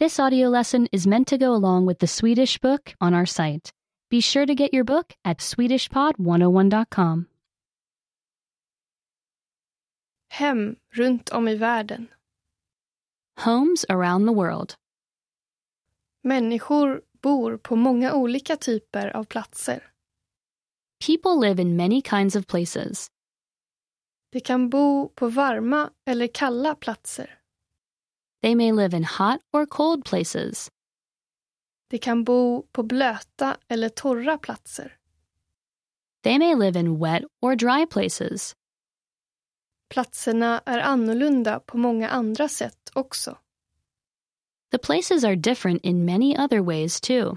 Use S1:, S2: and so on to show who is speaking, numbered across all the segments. S1: This audio lesson is meant to go along with the Swedish book on our site. Be sure to get your book at swedishpod101.com.
S2: Hem runt om i världen.
S1: Homes around the world.
S2: Människor bor på många olika typer av platser.
S1: People live in many kinds of places.
S2: De kan bo på varma eller kalla platser.
S1: They may live in hot or cold places.
S2: De kan bo på blöta eller torra platser.
S1: They may live in wet or dry places.
S2: Platserna är annorlunda på många andra sätt också.
S1: The places are different in many other ways, too.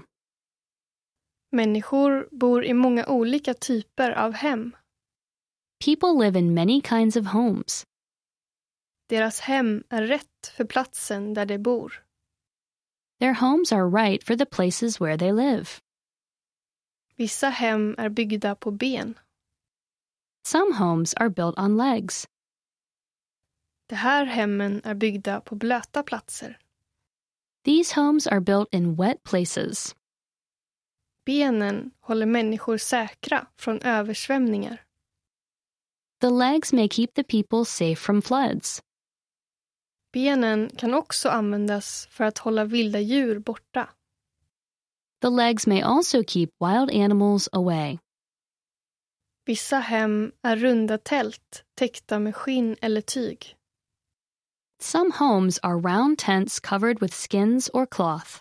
S2: Människor bor i många olika typer av hem.
S1: People live in many kinds of homes.
S2: Deras hem är rätt för platsen där de bor.
S1: Their homes are right for the places where they live.
S2: Vissa hem är byggda på ben.
S1: Some homes are built on legs.
S2: De här hemmen är byggda på blöta platser.
S1: These homes are built in wet places.
S2: Benen håller människor säkra från översvämningar.
S1: The legs may keep the people safe from floods.
S2: Benen kan också användas för att hålla vilda djur borta.
S1: The legs may also keep wild animals away.
S2: Vissa hem är runda tält täckta med skinn eller tyg.
S1: Some homes are round tents covered with skins or cloth.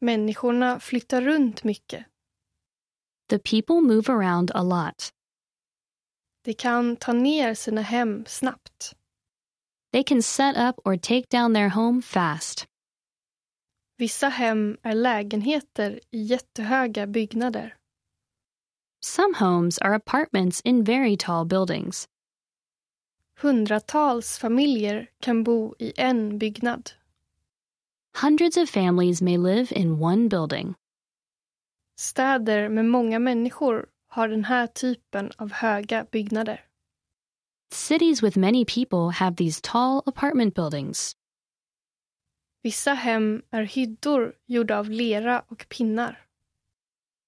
S2: Människorna flyttar runt mycket.
S1: The people move around a lot.
S2: De kan ta ner sina hem snabbt.
S1: They can set up or take down their home fast.
S2: Vissa hem är lägenheter i jättehöga byggnader.
S1: Some homes are apartments in very tall buildings.
S2: Hundratals familjer kan bo i en byggnad.
S1: Hundreds of families may live in one building.
S2: Städer med många människor har den här typen av höga byggnader.
S1: Cities with many people have these tall apartment buildings.
S2: Vissa hem är hyddor gjorda av lera och pinnar.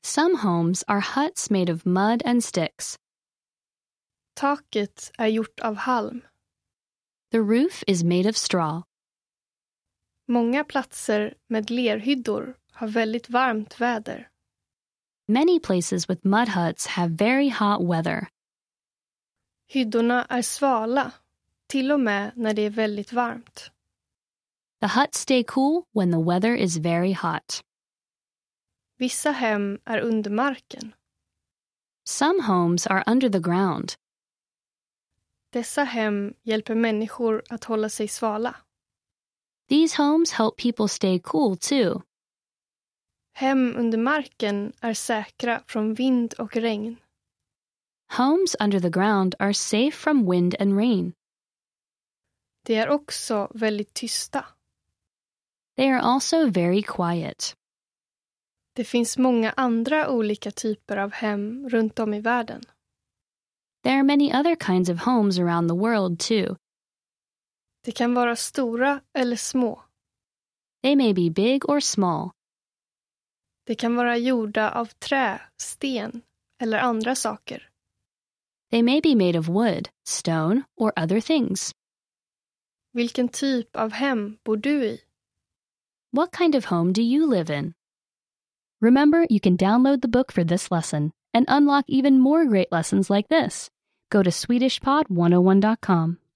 S1: Some homes are huts made of mud and sticks.
S2: Taket är gjort av halm.
S1: The roof is made of straw.
S2: Många platser med lerhyddor har väldigt varmt väder.
S1: Many places with mud huts have very hot weather.
S2: Hyddorna är svala, till och med när det är väldigt varmt.
S1: The huts stay cool when the weather is very hot.
S2: Vissa hem är under marken.
S1: Some homes are under the ground.
S2: Dessa hem hjälper människor att hålla sig svala.
S1: These homes help people stay cool too.
S2: Hem under marken är säkra från vind och regn.
S1: Homes under the ground are safe from wind and rain.
S2: De är också väldigt tysta.
S1: They are also very quiet.
S2: Det finns många andra olika typer av hem runt om i världen.
S1: There are many other kinds of homes around the world too.
S2: De kan vara stora eller små.
S1: They may be big or small.
S2: De kan vara gjorda av trä, sten eller andra saker.
S1: They may be made of wood, stone, or other things.
S2: Vilken typ av hem bor du i?
S1: What kind of home do you live in? Remember, you can download the book for this lesson oh and unlock even more great lessons like this. Go to SwedishPod101.com.